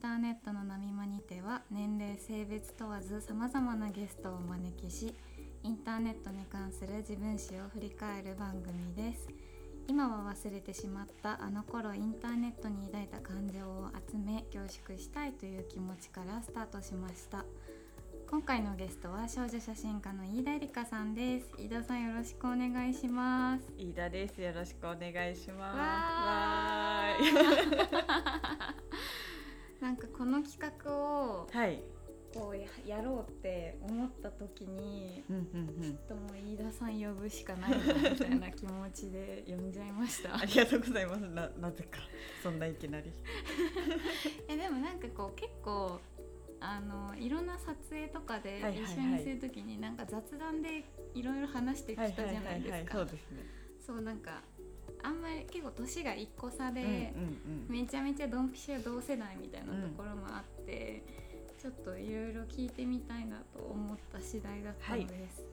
ターネットの波間にては年齢性別問わずさまざまなゲストをお招きしインターネットに関する自分史を振り返る番組です今は忘れてしまったあの頃インターネットに抱いた感情を集め凝縮したいという気持ちからスタートしました今回のゲストは少女写真家の飯田絵梨香さんです飯田さんよろしくお願いします飯田です。よろしくお願いします。わわーいなんかこの企画をはい。こうやろうって思った時にうんうん うちん。ょっともう飯田さん呼ぶしかないなみたいな気持ちで呼んじゃいましたありがとうございます。ななぜかそんないきなり。 えでもなんかこう結構あのいろんな撮影とかではいはいはい一緒にする時になんか雑談でいろいろ話してきたじゃないですそかうですね。そうなんかあんまり結構年が1個差で、うんうんうん。めちゃめちゃドンピシャ同世代みたいなところもあって、ちょっといろいろ聞いてみたいなと思った次第だったのです。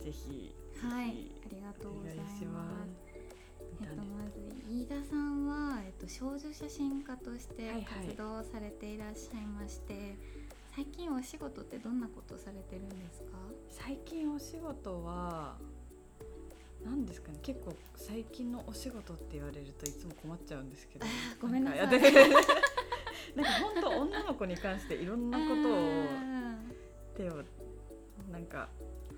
ぜひはい、ぜひありがとうおござ願いいます。します。えっと、まず飯田さんは、えっと、少女写真家としてはいはい活動されていらっしゃいまして、最近お仕事ってどんなことされてるんですか最近お仕事は何ですかね。結構最近のお仕事って言われるといつも困っちゃうんですけど。ごめんなさいなんかやって なんか本当女の子に関していろんなことを手をなんか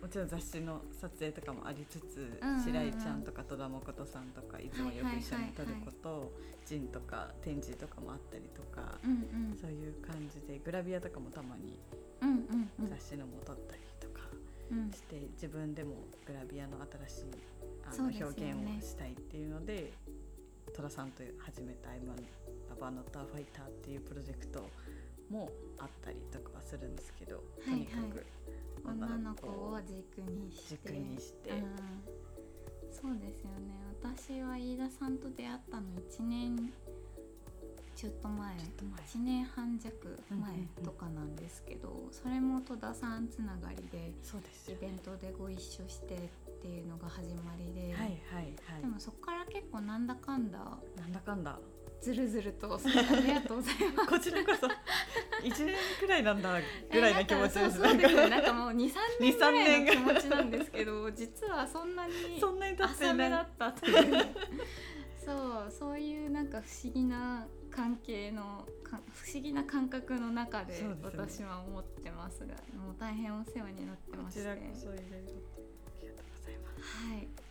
もちろん雑誌の撮影とかもありつつ、うんうんうん白井ちゃんとか戸田誠さんとかいつもよく一緒に撮ること、ジンとか展示とかもあったりとか、うんうんそういう感じでグラビアとかもたまにうんうんうん雑誌のも撮ったりとかうんして、自分でもグラビアの新しいあそのうです表よね現をしたいっていうので戸田さんと始めた「アイマンラバーノッターファイター」っていうプロジェクトもあったりとかはするんですけど、とにかはいはく女の子を軸にして軸にしてうんそうですよね私は飯田さんと出会ったの1年ちょっと前ちょっと前1年半弱前うんうんうんとかなんですけど、それも戸田さんつながりでそうですイよベントでご一緒してっていうのが始まりで、はいはいではもそこから結構なんだかんだいなんだかんだずるずるとありがとうございます。こち らこそ1年くらいなんだぐらいの気持ちですななんんかそうそうでかすねなんかもう23年2ぐ3らい年のが気持ちなんですけど実はそんなにそんなに経って浅いめだなっいたっていうそうそういうなんか不思議な関係のか不思議な感覚の中でそうですね私は思ってますがもう大変お世話になってこましてちはらいこそいろいろとありがとうございます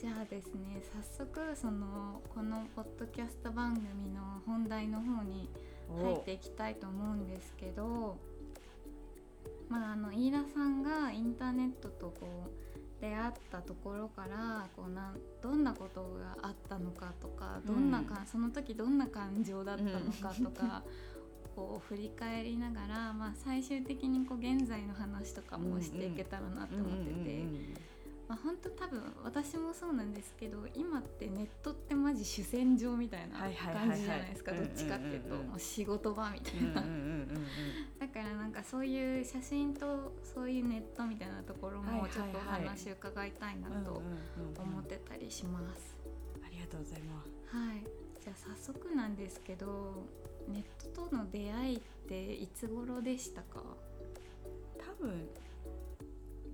じゃあですね早速そのこのポッドキャスト番組の本題の方に入っていきたいと思うんですけど、まあ、あの飯田さんがインターネットとこう出会ったところからこうなんどんなことがあったのかとかどんなか、うんその時どんな感情だったのかとか、こう振り返りながら、まあ、最終的にこう現在の話とかもしていけたらなってうん思うんっうんてて。まあ、本当多分私もそうなんですけど今ってネットってマジ主戦場みたいなはいはいはいはい感じじゃないですかどっちかっていうとうんうんうんうんもう仕事場みたうんうんいうんな だからなんかそういう写真とそういうネットみたいなところはいはいもはいちょっとお話伺いたいなうんうんとうんうん思ってたりします。ありがとうございますはいじゃあ早速なんですけどネットとの出会いっていつ頃でしたか多分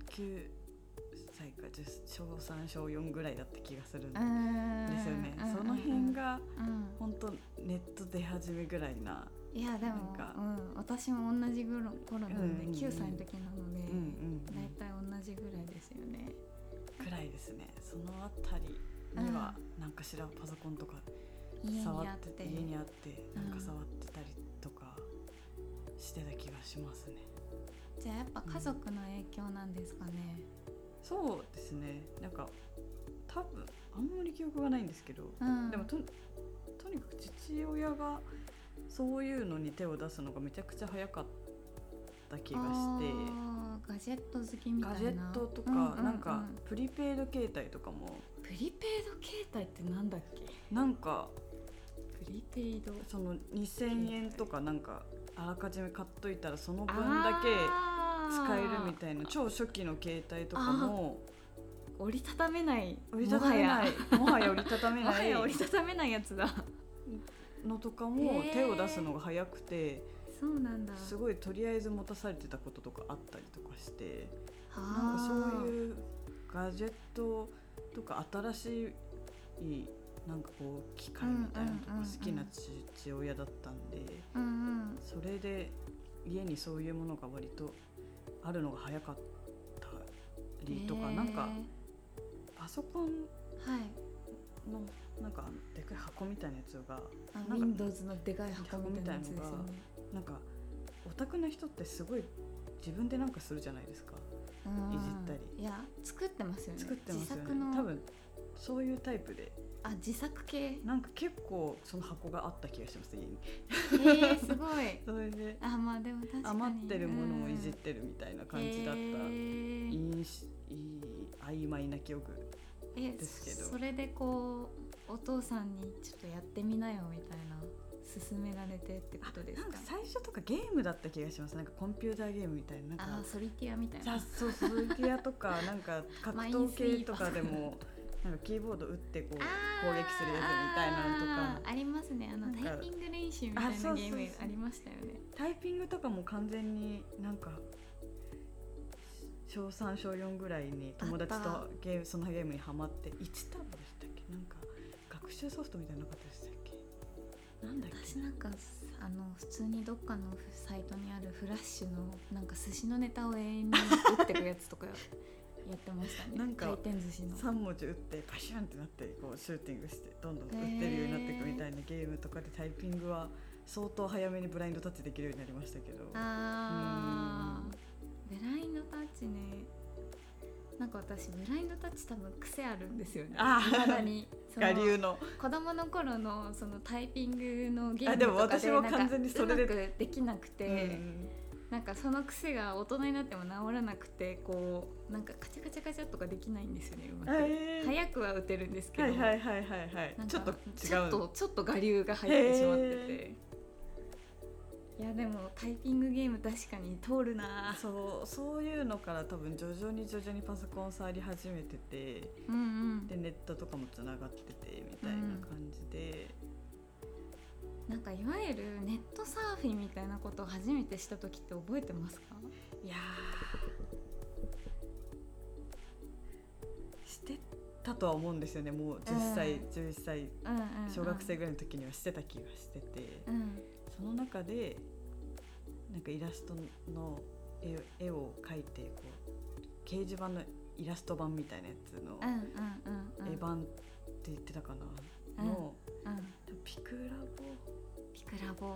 9歳か10小3小4ぐらいだった気がするんでですすよねその辺、がうん本当ネット出始めぐらいないやでもなんかうん、私も同じ頃頃なうんんうで、んうん9歳の時なので、うんうんうん大体同じぐらいですよね。くらいですねそのあたりにはなんかしらパソコンとか家に触あっってて家にあってうなんんか触ってたりとかしてた気がしますねじゃあやっぱ家族の影響なんですかね。そうですねなんか多分あんまり記憶がないんですけどうん、でもととにかく父親がそういうのに手を出すのがめちゃくちゃ早かった気がしてあーガジェット好きみたいな。ガジェットとか、うううなんかプリペイド携帯とかもプリペイド携帯ってなんだっけ？なんかプリペイド。その2,000円とかなんかあらかじめ買っといたらその分だけ使えるみい。たいな超初期の携帯とかも折りたためない。折りたためないもはや折りたためもはや。もはないや折りたためないやつだ。のとかもへー手を出すのが早くて、そうなんだすごいとりあえず持たされてたこととかあったりとかしてなんはかあそういうガジェットとか新しいなんかこう機械みたいなのとかうんうんうんうん好きな父親だったんで、うんうんそれで家にそういうものが割とあるのが早かったりとか、なんかパソコンへーはいのなんかでかい箱みたいなやつがあなんか Windows のでかい箱みたいなやつですよね箱みなんかオタクの人ってすごい自分でなんかするじゃないですかうんいじったりいや作ってますよね作ってますよね自作の多分そういうタイプであ自作系へなんか結構その箱があった気がします家にえすごいそれであまあでも確かに余ってるものをいじっうんてるみたいな感じだっへた、ーいいしいい曖昧な記憶えですけどそれでこうお父さんにちょっとやってみなよみたいな勧められてってことですなんかか最初とかゲームだった気がしますなんかコンピューターゲームみたいななあんーかソリティアみたいさなそう鈴木屋と かなんか格闘系とかでもなんかキーボード打ってこう攻撃するやつみたいなのとかあーありますねあのなんかタイピング練習みたいなあそうそうそうゲームありましたよねタイピングとかも完全になんか小3小4ぐらいに友達あとゲームそのゲームにハマって1タブでしたっけなんか学習ソフトみたいなのなかったでしたっけなんだっ私けなんかあの普通にどっかのサイトにあるフラッシュのなんか寿司のネタを永遠に打ってくやつとかやってましたねなんか回転寿司の3文字打ってパシュンってなってこうシューティングしてどんどん打ってるようになっていくみたいなゲームとかでタイピングは相当早めにブラインドタッチできるようになりましたけどあーブラインドタッチねなんか私ブラインドタッチ多分癖あるんですよねあー未だ にその我流の子供の頃のそのタイピングのゲーあムでもとかで私もなんか完全にそれでうまくできなくて、うんなんかその癖が大人になっても治らなくてこうなんかカチャカチャカチャとかできないんですよねうまく、えー早くは打てるんですけど、はいはいはいはいはいなんかちょっと違ちょっうとのちょっと我流が入ってしまっててへいやでもタイピングゲーム確かに通るなそうそういうのから多分徐々に徐々にパソコン触り始めててうんうんでネットとかもつながっててみたいな感じで、なんかいわゆるネットサーフィンみたいなことを初めてした時って覚えてますかいやーしてたとは思うんですよねもう10歳、うん11歳うんうんうん小学生ぐらいの時にはしてた気がしてて、うんその中でなんかイラストの絵を絵を描いてこう掲示板のイラスト版みたいなやつのうんうんうんうん絵版って言ってたかな、うんのうんピクラボピクラボ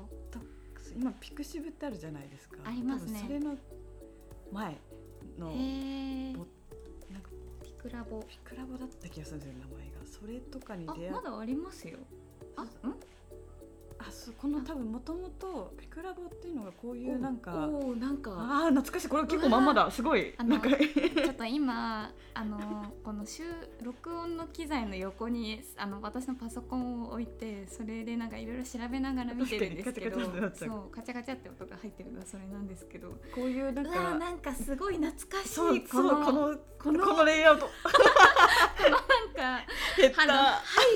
今ピクシブってあるじゃないですかありますね多分それの前のへえぼなんかピクラボピクラボだった気がするんですよ名前がそれとかに出あ会っまだありますよあうんあそうこの多分もともとピクラボっていうのがこういうなんかおーなんかあー懐かしいこれは結構まんまだすごいあのなんかちょっと今あの この収録音の機材の横にあの私のパソコンを置いてそれでなんかいろいろ調べながら見てるんですけど確かにカチそャカチャってなっちゃううカチャカチャって音が入ってるのはそれなんですけどこういうなんうわかなんかすごい懐かしいそうこそうのこのこのレイアウトなんか減っあたの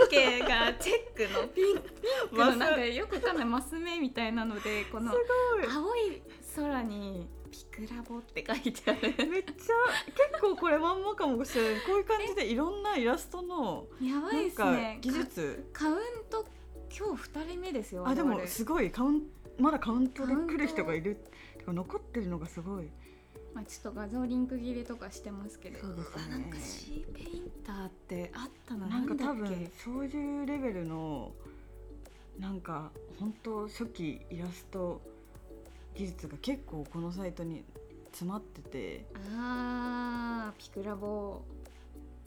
背景がチェックのピンクマのスなんかよくわかんないマス目みたいなのでこのす青い空にピクラボって書いてあるごい めっちゃ結構これまんまかもしれないこういう感じでいろんなイラストのやばないんですかね技術カウント今日二人目ですよあで我も々すごいカウンまだカウントで来る人がカウいるてか残ってるのがすごいまあ、ちょっと画像リンク切れとかしてますけどそうですねわなんかシーペインターってあったななんか多だっ分けそういうレベルのなんか本当初期イラスト技術が結構このサイトに詰まっててあーピクラボ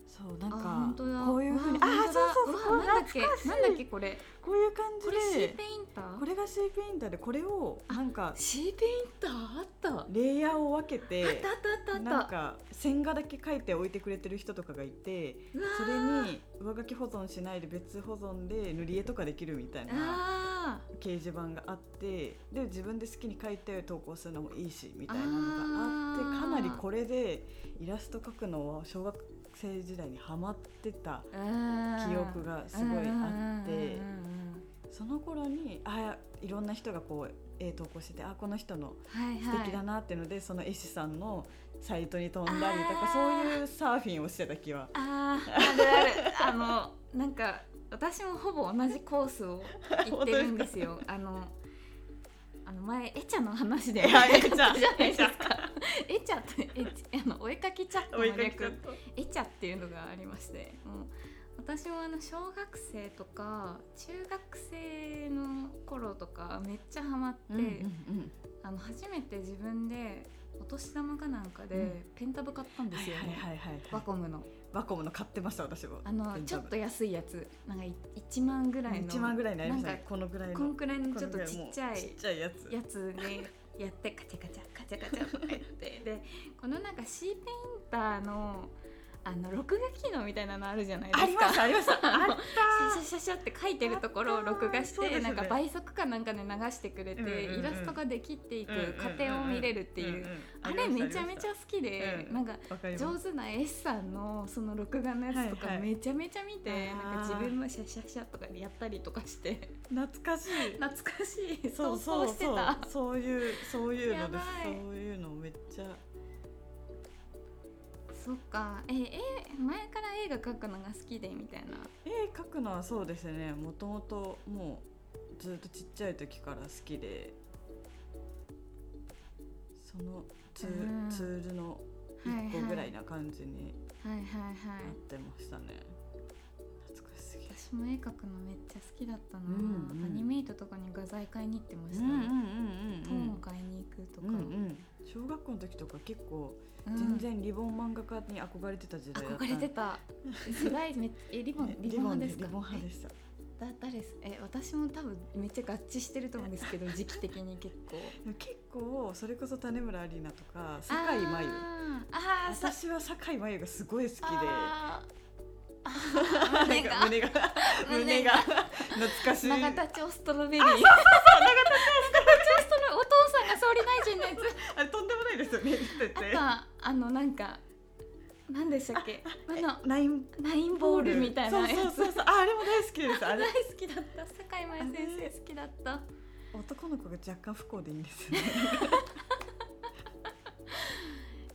そうなんあ本か当だこういうふうにあわ本ー当そうだそうそうわこなんうだっけ懐かしいなんだっけこれこういう感これシじーでペインターこれがシーペインターでこれをなんかシーペインターあったあっレイヤーを分けてたあったあったなんか線画だけ描いて置いてくれてる人とかがいてうわーそれに上書き保存しないで別保存で塗り絵とかできるみたいなあー掲示板があってで自分で好きに描いて投稿するのもいいしみたいなのがあってあーかなりこれでイラスト描くのは小学生時代にハマってたあー記憶がすごいあってうんうんうんうんその頃にあいろんな人がこう絵投稿しててあこの人のはい素はい敵だなっていうので、その絵師さんのサイトに飛んだりとかあーそういうサーフィンをしてた気はあーあるあるあのなんか私もほぼ同じコースを行ってるんです よあのあの前エチャの話でいやエチャじゃないですかエチャってエチあのお絵かきチャット追いのかけちゃっ略エチャっていうのがありましてもう私もあの小学生とか中学生の頃とかめっちゃハマって、た。うんうんあの初めて自分でお年玉かなんかうでペンタブ買ったんうん、ではいすよね、はいはいはいワコムのワコムの買ってました私もあのペンちタょブっと安いやつなんかい1万ぐらいの一万ぐらいのありましたなんねかこのぐらいこんのくらいのこちょっのぐとらちもうっちゃちっいちゃいやつやつでやってカチャカチャカチャカチャカチャとかや ってでこのなんかシーペインターのあの録画機能みたいなのあるじゃないですあか。りましたありましたあっシャシャシャシャって書いてるところを録画しあったて、ーそうですなねんか倍速かなんかで流してくれて、うんうんうんイラストができっていくたうん過程を見れるっていう,、んんんあれめちゃめちゃ好きあで、りましたなんかわかりま上す手な S さんのその録画のやつとかはいはいめちゃめちゃ見て、あーなんか自分もシャシャシャとかでやったりとかして懐かしい懐かしいそうそう投稿してそうたそういうそういうのやでばすいそういうのめっちゃそっかええ前から映画描くのが好きでみたいな絵描くのはそうですねもともともうずっとちっちゃい時から好きでそのツー,、うんツールのはい1個ぐらはいいな感じにはいはいはいなってましたね、懐かしすぎる私も絵描くのめっちゃ好きだったな、うんうんアニメイトとかに画材買いに行ってましうた、んうんうんトーうんンを買いに行くとうか、んうん小学校の時とか結構うん全然リボン漫画家に憧れてた時代だった憧れて た世代めっえリボンリボン派ですかリボン派でしただ誰ですえ私も多分めっちゃ合致してると思うんですけ ど時期的に結構結構それこそ種村アリーナとか酒井真由あーあーさ私は酒井真由がすごい好きであなーん胸かが胸が胸胸がが懐かしい長田町ストロベリー長田町ストロお父さんが総理大臣のやあれとんでもないですよね絶対 つあとあのなんか何でしたっけあのラインナインボールみたいなやつそうそうそうそうああれも大好きですあ大れ好きだった坂井真由先生好きだった男の子が若干不幸でいいんですよね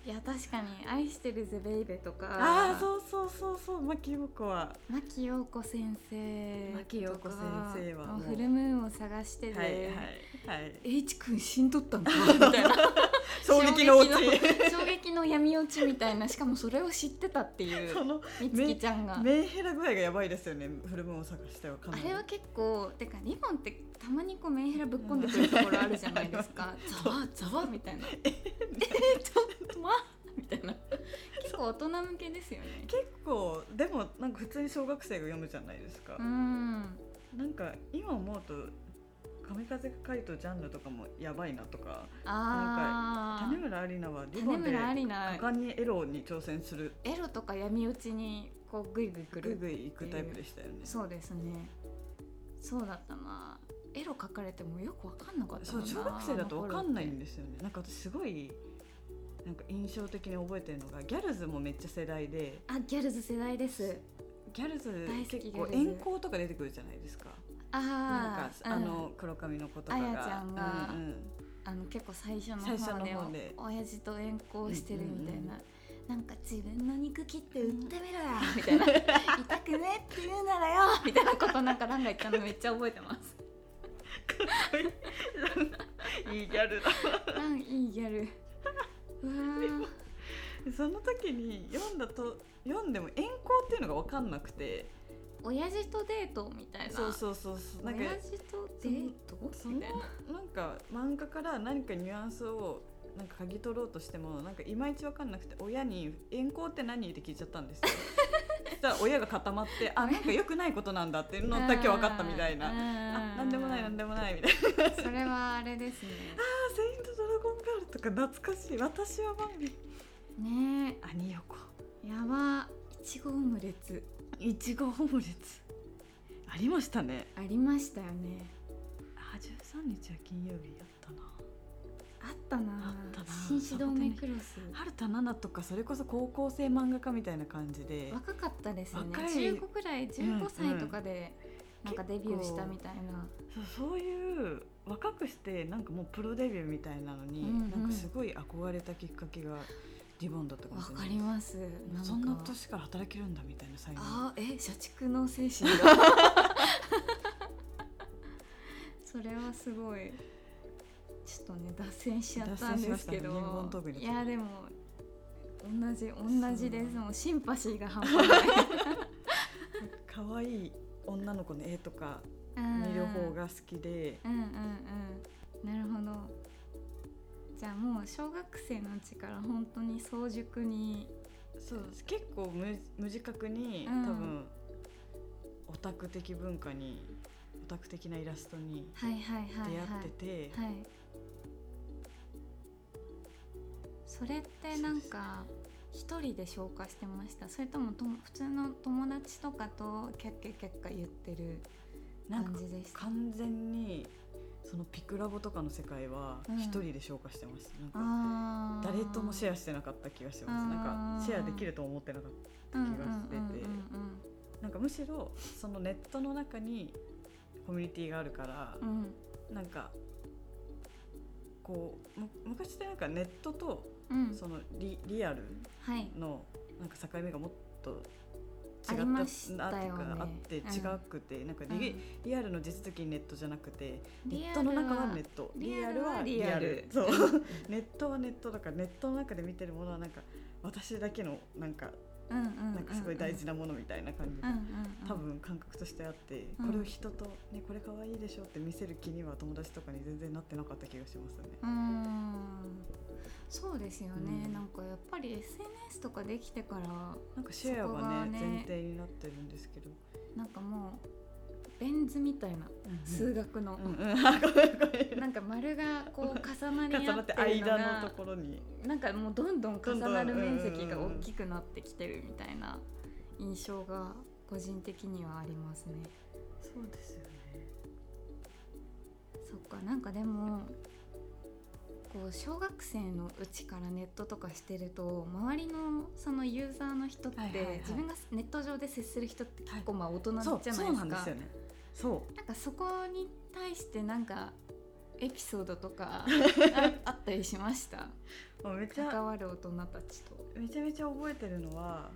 いや確かに「愛してるぜベイベ」とかああそうそうそうそう牧陽子は牧陽子先生牧陽子先生はもうフルムーンを探してはいで、はいはいえいちくん死んどった んかみたいな衝撃のうち衝撃の衝撃の闇落ちみたいなしかもそれを知ってたっていうそのみつきちゃんがあメンヘラ具合がやばいですよねフルムーンを探してはかなりれは結構てかリボンってたまにこうメンヘラぶっこんでくるところあるじゃないです かざわざわみたいなえちょっとまみたいな結構大人向けですよね結構でもなんか普通に小学生が読むじゃないですかう、んなんか今思うと神風カイトジャンルとかもやばいなとかあ種村アリナはーリボ種ンで村ありな果敢にエロに挑戦するエロとか闇落ちにこうグイグイ来ぐいるぐい行くタイプでしたよねそうですねそうだったなエロ書かれてもよくわかんなかったそもんうな小学生だと分かんないんでですよねなんか私すごいなんか印象的に覚えてるのがギャルズもめっちゃ世代であギャルズ世代ですギャルズ大好き結構ギャルズ遠行とか出てくるじゃないですかあーなんか、うんあの黒髪の子とかがあやちゃんがうんうんあの結構最初の最初方ので方でお親父と遠行してるみたいな、うんうんうんなんか自分の肉切って売ってみろよみたいな痛くねって言うならよみたいなことなんかランが言ったのめっちゃ覚えてます いいギャルだ ランいいギャルうわーその時に読んだと読んでも遠行っていうのが分かんなくて親父とデートみたいなそうそうそうそうなんか親父とデートそのみたいななんか漫画から何かニュアンスをなんか嗅ぎ取ろうとしてもなんかいまいち分かんなくて親に「遠行って何?」って聞いちゃったんですよ。 そしたら親が固ま って「あなんか良くないことなんだ」っていうのだけ分かったみたいな「あなんでもないなんでもない」みたいな「もそれはあれですねあセイント・ドラゴンガール」とか懐かしい「私はバンビ」ね「兄横」えやばいちごオムレツ「いちごオムレツ」ありましたねありましたよねあ13日は金曜日やったなあったなあったな紳士同盟クロス春田奈々とかそれこそ高校生漫画家みたいな感じで若かったですよね若い15くらい15歳とかでなんかデビューしたみたいなそうそういう若くしてなんかもうプロデビューみたいなのに、うんうんなんかすごい憧れたきっかけがリボンだったかもわしれかないりますなんかそんな年から働けるんだみたいな才能あーえ社畜の精神 がそれはすごいちょっとね脱線しちゃったんですけど、脱線しましたねリンゴの飛びのいやでも同じ同じですもうシンパシーが半 端ない可愛い女の子の絵とかうん見る方が好きで、うんうんうんなるほどじゃあもう小学生のうちから本当に早熟にそう結構無無自覚に、うん多分オタク的文化にオタク的なイラストにはいはい出は会いはいってて、はいそれってなんか一人で消化してましたそれともとも普通の友達とかとキャッキャキャッキャ言ってるなんか感じでした完全にそのピクラボとかの世界はうん一人で消化してました、なんかあー誰ともシェアしてなかった気がしますなんかシェアできると思ってなかったうんうん気がしててうんうんなんかむしろそのネットの中にコミュニティがあるから、うんうんなんかこうむ昔ってなんかネットとうんそのリリアルはいのなんか境目がもっとあ違っりたましたなよねとかあって違くて、なんかリ,、リアルの地続きにネットじゃなくてネリアルットはの中はネットリアルはリアルリアそルう ネットはネットだからネットの中で見てるものはなんか私だけのなんかうんうんうんうんなんかすごい大事なものみたいな感じうんうんうん多分感覚としてあって、うんこれを人と、ね、これ可愛いでしょって見せる気には友達とかに全然なってなかった気がしますね。うーんそうですよね、うんなんかやっぱり SNS とかできてからなんかシェアそこががねね前提になってるんですけど、なんかもうベン図みたいな数学の、うんうん、 あごめんごめんなんか丸がこう重なり重合なっっててるのが間のところになんかもうどんどん重なるどんどん面積が大きくなってきてるみたいな印象が個人的にはありますね。そうですよねそっかなんかでもこう小学生のうちからネットとかしてると周りのそのユーザーの人って、はいはいはい自分がネット上で接する人って結構まあ大人じゃそうないですか、そうなんでなすよねそんかそこに対してなんかエピソードと かああったりしましたうもうめち関ゃわる大人たちと。めちゃめちゃ覚えてるのは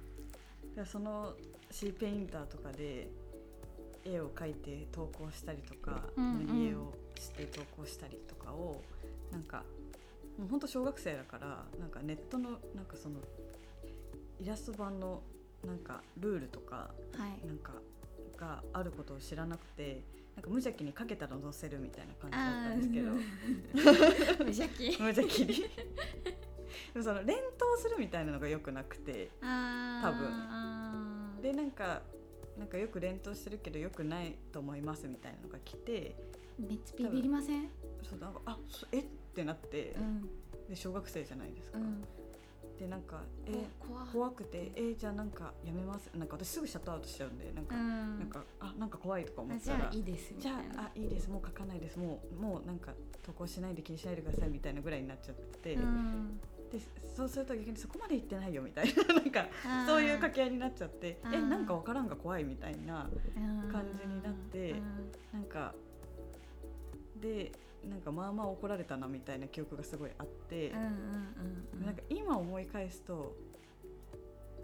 そのシーペインターとかで絵を描いて投稿したりとかうんうん塗り絵をして投稿したりとかをなんかもうほんと小学生だからなんかネットのなんかそのイラスト版のなんかルールとかはいなんかがあることを知らなくてなんか無邪気にかけたら載せるみたいな感じだったあんですけどー 無邪 気無邪気にでもその連投するみたいなのがよくなくてあー多分でなんかなんかよく連投してるけどよくないと思いますみたいなのが来てめっちゃビビりません、そうなんかあそえってなって、うんで小学生じゃないですうか、ん、でなんかえこ怖怖くてえじゃあなんかやめますなんか私すぐシャットアウトしちゃうんでなんか、うんなんかあなんか怖いとか思あっじたゃらあいいですみじたいゃな。ああいいですもう書かないですもうもうなんか投稿しないで気にしないでくださいみたいなぐらいになっちゃってて、うんでそうすると逆にそこまで行ってないよみたいな なんかそういう掛け合いになっちゃってあえーなんかわからんが怖いみたいな感じになってなんかでなんかまあまあ怒られたなみたいな記憶がすごいあって、なんか今思い返すと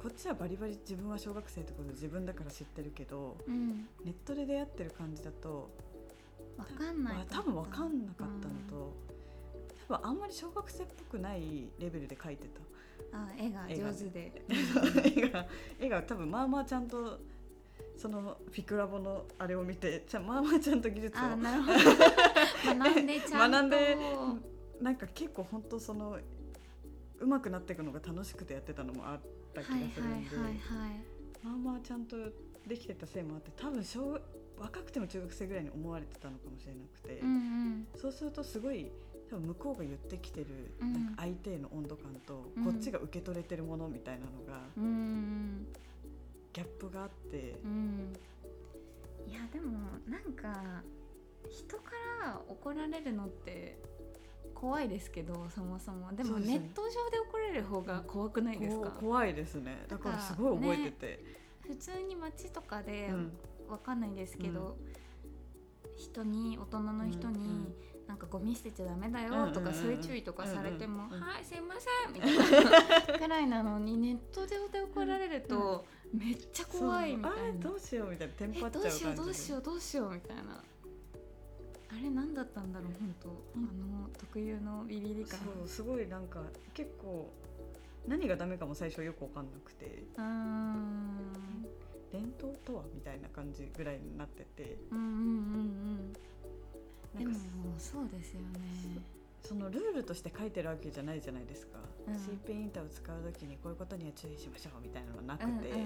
こっちはバリバリ自分は小学生ってことで自分だから知ってるけどネットで出会ってる感じだとわかんないあ多分分かんなかったのと、多分あんまり小学生っぽくないレベルで描いてた あ絵が上手で絵が絵が多分まあまあちゃんとそのピクラボのあれを見てちゃまあまあちゃんと技術あをなるほど 学んでちゃんと学んでなんか結構本当そのうまくなっていくのが楽しくてやってたのもあった気がはいはいするんで、はいはいまあまあちゃんとできてたせいもあって多分小若くても中学生ぐらいに思われてたのかもしれなくて、うんそうするとすごい多分向こうが言ってきてるうんなんか相手への温度感と、うんこっちが受け取れてるものみたいなのがうんうんギャップがあってう、んいやでもなんか人から怒られるのって怖いですけどそもそもでそもうですネねット上で怒られる方が怖くないですこかう怖いですねだからすごい覚えてて、普通に街とかでうんわかんないですけど、人に大人の人に、うんうんなんかゴミ捨てちゃダメだよとうんうんうか、んそういう注意とかされても「うんうんうんはいすいません」みたいな くらいなのにネット上で怒られると、めっちゃ怖いみたそうあれいなど。うしようみたいなテンえパっちどゃうう感しじようどうしよううどうしようみたいなあれ何だったんだろう本当、うんあの特有のビビり感そうすごいなんか結構何がダメかも最初よく分かんなくてうーん伝統とはみたいな感じぐらいになっててうんうんうんうんなでんもかそうですよねそのルールとして書いてるわけじゃないじゃないですか、うんシーペインターを使う時にこういうことには注意しましょうみたいなのはなくうんうんて、うん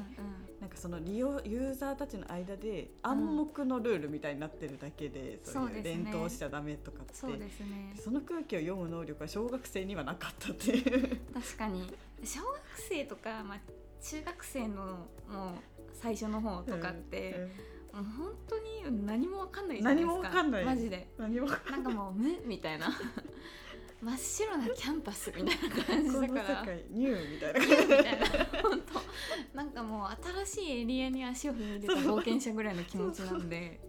なんかその利用ユーザーたちの間で暗黙のルールみたいになってるだけで、そそういううですね伝統しちゃダメとかってそうですねその空気を読む能力は小学生にはなかったっていう。確かに小学生とか、まあ、中学生のもう最初の方とかって、もう本当に何もわかんないじゃないですか何もわかんないマジでうん何もこなんかもう無みたいな 真っ白なキャンパ スみたいな感じの世だから界ニューみたいなみたいな本当なんかもう新しいエリアに足を踏み入れた冒険者ぐらいの気持ちなんで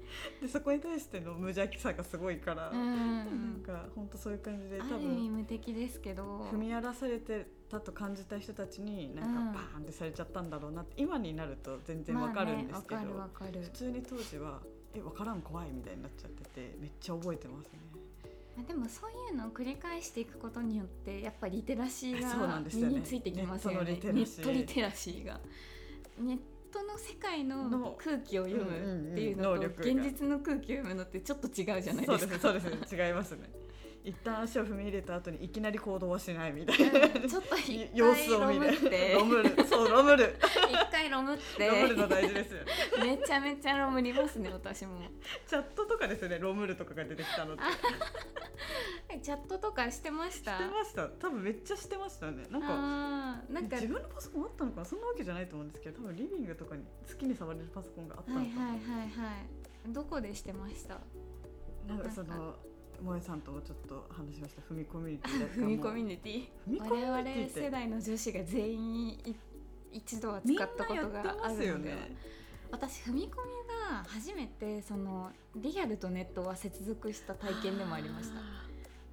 でそこに対しての無邪気さがすごいから、うんなんか本当そういう感じであ多る意味分無敵ですけど踏み荒らされてたと感じた人たちになんかバーンってされちゃったんだろうなって今になると全然わかるんですけど、まあね、わかるわかる普通に当時は「え分からん怖い」みたいになっちゃっててめっちゃ覚えてますね。まあでもそういうのを繰り返していくことによってやっぱリテラシーそうがなんです身よねについてきますよねネットのネリテラシッートリテラシーがネットの世界のの空気を読むっていうのうんうとん能力現が実の空気を読むのってちょっと違うじゃないそうでですすかそうです違いますね。一旦足を踏み入れた後にいきなり行動はしないみたいな。うんちょっと 一 様回子をロ見ムるってロムルそうロムル一回ロムってロムルの大事ですよめねちゃめちゃロムりますね私もチャットとかですよねロムルとかが出てきたのってしてえチャットとかしてましたました多分めっちゃしてましたねなんかあーなんか自分のパソコンあったのかなそんなわけじゃないと思うんですけど多分リビングとかに好きに触れるパソコンがあったのはかいはいな,、はいはいどこでしてましたなんかその萌えさんともちょっと話しました踏みコミュニティだ踏みコミュニティ踏みコミュ我ニティ々って世代の女子が全員い一度はみん使なったこやとっがてあまするよのではね私踏み込みが初めてそのリアルとネットは接続した体験でもありました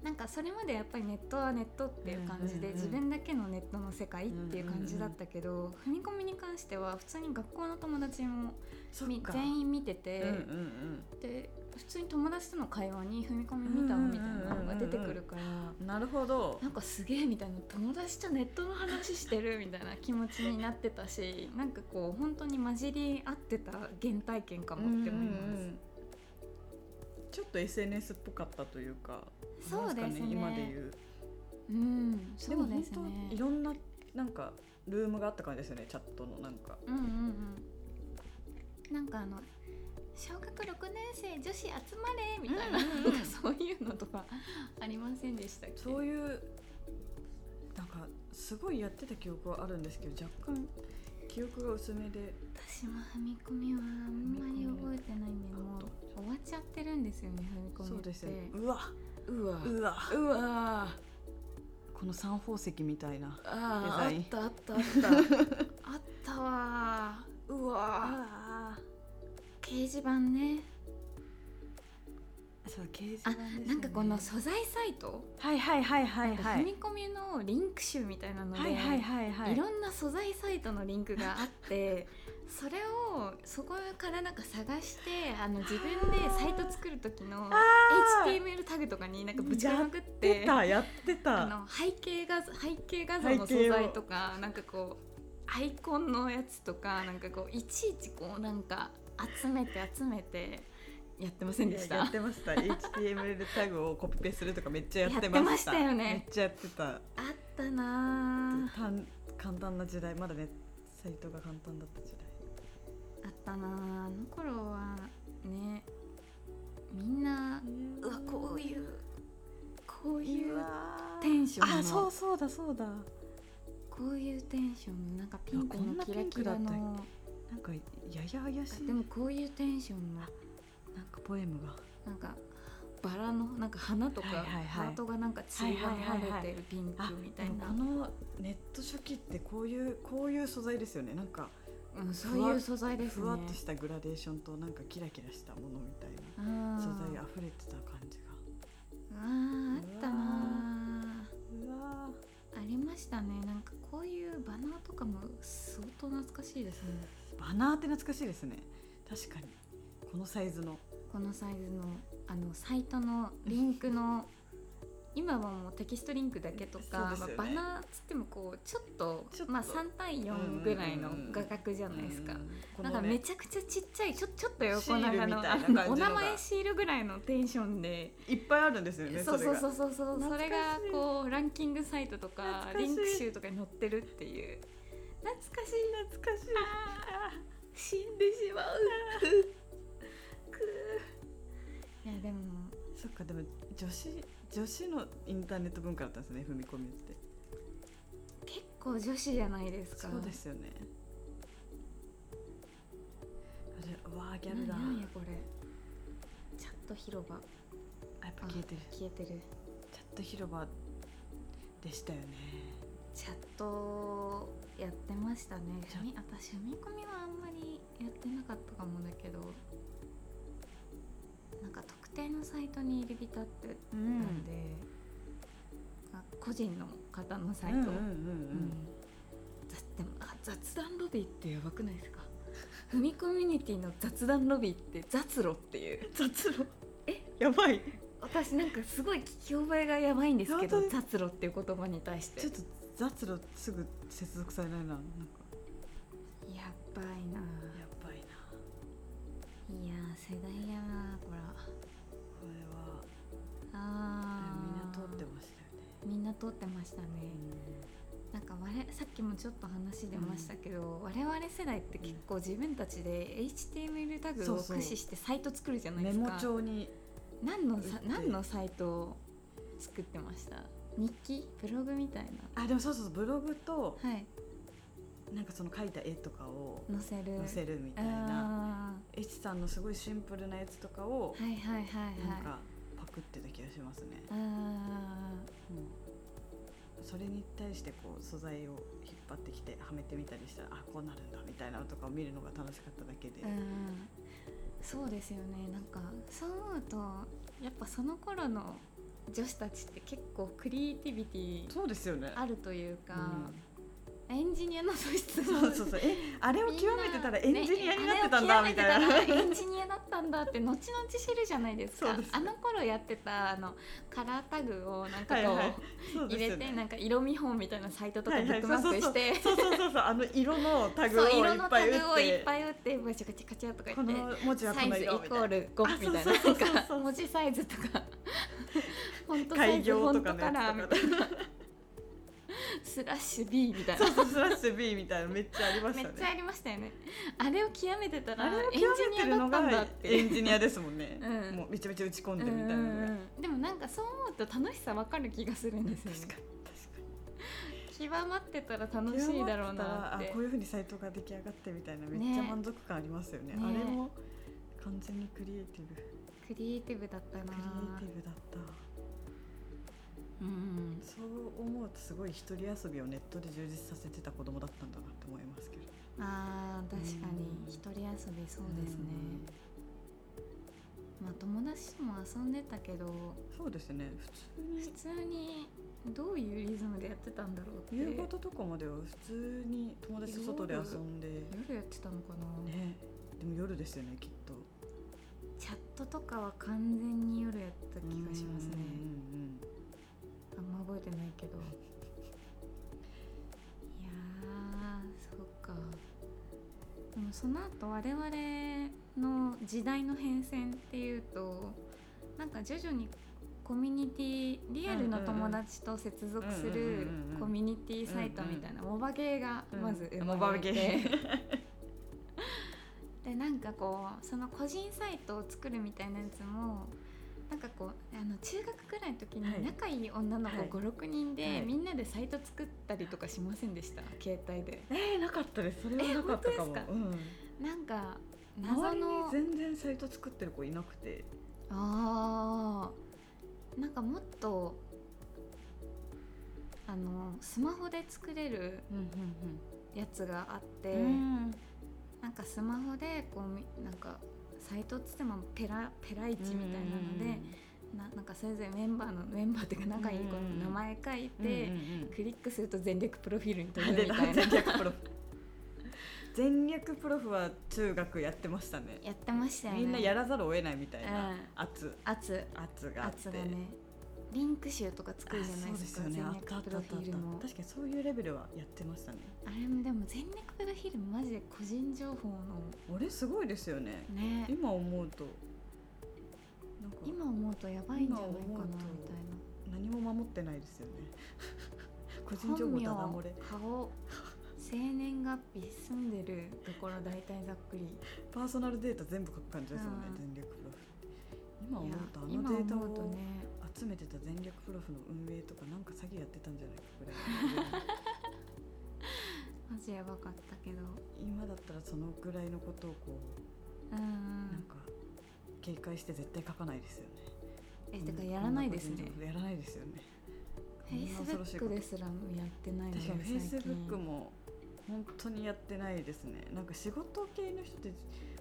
なんかそれまでやっぱりネットはネットっていう感じでうんうんうん自分だけのネットの世界っていう感じだったけど踏み込みに関しては普通に学校の友達もそみっか全員見てて、うんうんうんで普通に友達との会話に踏み込み見たみたいなのが出てくるから、なるほどなんかすげえみたいな友達とネットの話してるみたいな気持ちになってたしなんかこう本当に混じり合ってた原体験かもって思います。うんうんうんちょっと SNS っぽかったというかそうですねなんか今で言ううん、そでもうで本す当いね。ろんななんかルームがあった感じですよねチャットのなんかうんうんうん。なんかあの小学六年生女子集まれみたいな、うんうんうんなんかそういうのとかありませんでしたっけ？そういうなんかすごいやってた記憶はあるんですけど若干記憶が薄めで私も踏み込みはあんまり覚えてないんでもう終わっちゃってるんですよね踏み込みって。そうですよねうわうわうわうわこの三宝石みたいなあデザインーあったあったあったあったわーうわあ掲示板ね。あそう掲示あ板ですよねなんかこの素材サイト、はいはいはいはいは踏いみ込みのリンク集みたいなので、はいはいはいはいいろんな素材サイトのリンクがあ ってそれをそこからなんか探してあの自分でサイト作る時のあー HTML タグとかになんかぶちまくっやっててたやってたあの背景画像背景画像の素背景を材とかなんかこうアイコンのやつとかなんかこういちいちこうなんか集めて集めてやってませんでしたやっ。てました HTML タグをコピペするとかめっちゃやってましたやってましたよねめっちゃやってたあったなたん簡単な時代まだねサイトが簡単だった時代あったなああの頃はねみんなうわこういうこういうテンションのあそうそうだそうだこういうテンションのなんかピンクうわこんのなキラキラピンクだのなんかやや怪しいでもこういうテンションのなんかポエムがなんかバラのなんか花とか、はいはいはいハートがなんかちりばめられてるピンクあみたいでもな、このネット初期ってこういうこういう素材ですよねなんかうん、そういう素材ですねふわっとしたグラデーションとなんかキラキラしたものみたいなうん素材溢れてた感じがあーあったなうわーありましたねなんかこういうバナーとかも相当懐かしいですねーバナーって懐かしいですね確かにこのサイズのこのサイズのあのサイトのリンク の今はもうテキストリンクだけとか、そうまあですよバねナーつってもこうちょっとちょっとまあ、3対4ぐらいの画角じゃないですか、うんこなんのかねめちゃくちゃちっちゃいちょちょっとシ横ール長みのたあいな感じののがお名前シールぐらいのテンションで、いっぱいあるんですよねそうそうそううそうそうそ懐かしれいがこうランキングサイトとか懐かしリいンク集とかに載ってるっていう懐かしい懐かしい死んでしまういやでもそっかでも女子女子のインターネット文化だったんですね踏み込みって結構女子じゃないですかそうですよねあれうわあギャルだななんやあこれチャット広場やっぱ消えてる消えてるチャット広場でしたよねチャットやってましたねチャみ私読み込みはあんまりやってなかったかもだけどなんか特定のサイトに入り浸ってうたんんで、あ個人の方のサイうんうんト、うんうん雑でもあ雑談ロビーってやばくないですか踏みコミュニティの雑談ロビーって雑路っていう雑路えやばい私なんかすごい聞き覚えがやばいんですけど本当雑路っていう言葉に対してちょっと雑路すぐ接続されないななんかやばいなやばいないやー世代やなこらこれはこれあーみんな通ってましたよねみんな通ってましたねなんか我々さっきもちょっと話出ましたけど、我々世代って結構自分たちで HTML タグをそうそう駆使してサイト作るじゃないでメすかモ帳に何のさ打って何のサイトを作ってました日記ブログみたいあでもそうそうそうブログとなはいなんかその描いた絵とかを載せる載せるみたいなあエチさんのすごいシンプルなやつとかをーはいはいはいなんはいかパクってた気がしますね、あもうそれに対してこう素材を引っ張ってきてはめてみたりしたらあこうなるんだみたいなのとかを見るのが楽しかっただけで、ーうんそうですよねなんかそう思うとやっぱその頃の女子たちって結構クリエイティビティそうですよねあるというか、うんエンジニアの素質がそうそうそうえあれをみん極なめてたらエンジニアになってたんだねみたいなあれを極めてたらエンジニアだったんだって後々知るじゃないですかそうですあの頃やってたあのカラータグをなんかこう、はいはいそう入ですれよて、ねなんか色見本みたいなサイトとかはブいはッいクマークして、そうそうそうそうあの色のタグをそう色いのっタぱい打ってグをいっぱい打ってガチャガチャガチャとか言こっての文字はサこイのズイコ色みーたいなル5みたいなあそうそうそうそうなんか文字サイズとかフォントサ開イズフォ業とンかトのカやラーみつたといかなねスラッシュ B みたいなそうそうスラッシュ B みたいなのめっちゃありましめったねちゃありましたよねあれを極めてたらあれをエンジ極めニアてるだっのたんだがって、エンジニアですもんねうんもうめちゃめちゃ打ち込んうんでうんみたいなのが、うんでもなんかそう思うと楽しさわかる気がするんですよね確かに確かに極まってたら楽しいだろうなっあてこういうふうにサイトが出来上がってみたいなめっちゃ満足感ありますよねねあれも完全にクリエイティブククリエイティブだったなリエイティブだったうんそう思うとすごい一人遊びをネットで充実させてた子供だったんだなって思いますけどあー確かに一人遊びそうですねまあ友達とも遊んでたけどうんそうですね普通普通にどういうリズムでやってたんだろうってに夕方とかまでは普通に友達と外で遊んで夜やってたのかな、ねでも夜ですよねきっとチャットとかは完全に夜やった気がしますねうんうんうんあんま覚えてないけどいやーそうかでもその後我々の時代の変遷っていうとなんか徐々にコミュニティリアルの友達と接続すうんうんるうんうんコミュニティサイトみたいなモバゲーがまず生うんまれモバてゲ、でなんかこうその個人サイトを作るみたいなやつもなんかこうあの中学くらいの時はいに仲いい女のは子い56、人で、はいみんなでサイト作ったりとかしませんでした携帯で えーなかったですそれはなかったかえ本当もですかうんなんか謎周りにの全然サイト作ってる子いなくてあーなんかもっとあのスマホで作れるうんうんやつがあって、うんなんかスマホでこうみなんかサイトっつってもペラペライチみたいなので、ななんかそれぞれメンバーのメンバーっていうか仲いい子の名前書いうんうんうんて、クリックすると全力プロフィールに飛うんうんぶみたいな全略プロフ全略プロフは中学やってましたねやってましたよねみんなやらざるを得ないみたいなうん圧圧圧があって圧がねリンク集とか作るじゃないですかあそうですよねあ全った力あっプたあロっフたあっィールもた確かにそういうレベルはやってましたねあれもでも全力プロフィールマジで個人情報の俺すごいですよねね今思うとなんか今思うとやばいんじゃないかなみ今思うとた何も守ってないですよね 個いな人情報ただ漏れ本名顔生年月日住んでるところ大体ざっくりパーソナルデータ全部書く感じですよね、うん全力プロフ今思うとあいやのデータ今思うとをね集めてた全力プロフの運営とかなんか詐欺やってたんじゃないかぐらいのマジやばかったけど今だったらそのぐらいのことをこうんううなんんか警戒して絶対書かないですよねえてかやらないですねこんな個人情報やらないですよねフェイスブックですらもうやってないの確かにフェイスブックもも本当にやってないですねなんか仕事系の人って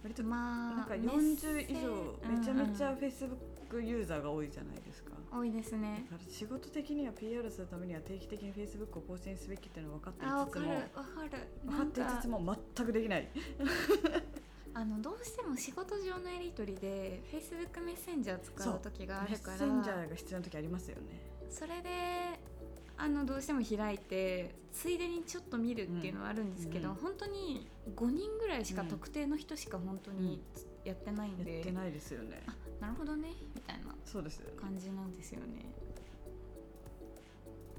割とまあなんかメッセ40以上めちゃめちゃフェイスブックユーザーが多いじゃないですうか、んうん多いですだねから仕事的には PR するためには定期的にフェイスブックを更新すべきっていうのは分かっていあわかつつるもわかる分かっていなんつかつも全くできないあのどうしても仕事上のやり取りで Facebook メッセンジャー使う時があメるからッセンジャーが必要な時ありますよねそれであのどうしても開いてついでにちょっと見るっていうのはあるんですけど、うん本当に5人ぐらいしかうん特定の人しか本当にやってないんやで、ってないですよねあなるほどねみたいなそうですよね感じなんですよね。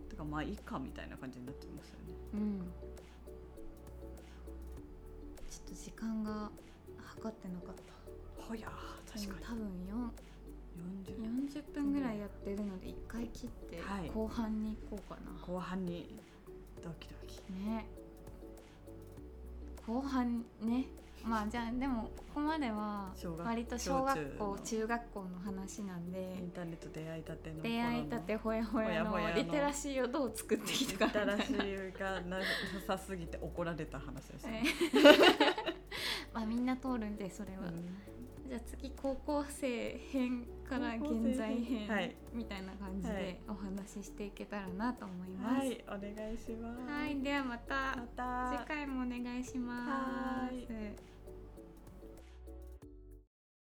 てかまあいいかみたいな感じになってますよねうん、ちょっと時間が測ってなかったほやー確か多分よんに40 40分ぐらいやってるので1回切ってはい後半に行こうかな。後半にドキドキね後半ねまあじゃあでもここまでは小学割と小学校小中中学校の話なんでインターネット出会いたての頃の出会いたてほやほやのほやほやのリテラシーをどう作ってきたかみたみらたしいな。がなさすぎて怒られた話で すね。 まあみんな通るんでそれうは、んじゃあ次高校生編から高校生編現在編はいみたいな感じはでいお話ししていけたらなと思います。ははい、い、お願いします。ではまたまた次回もお願いします。は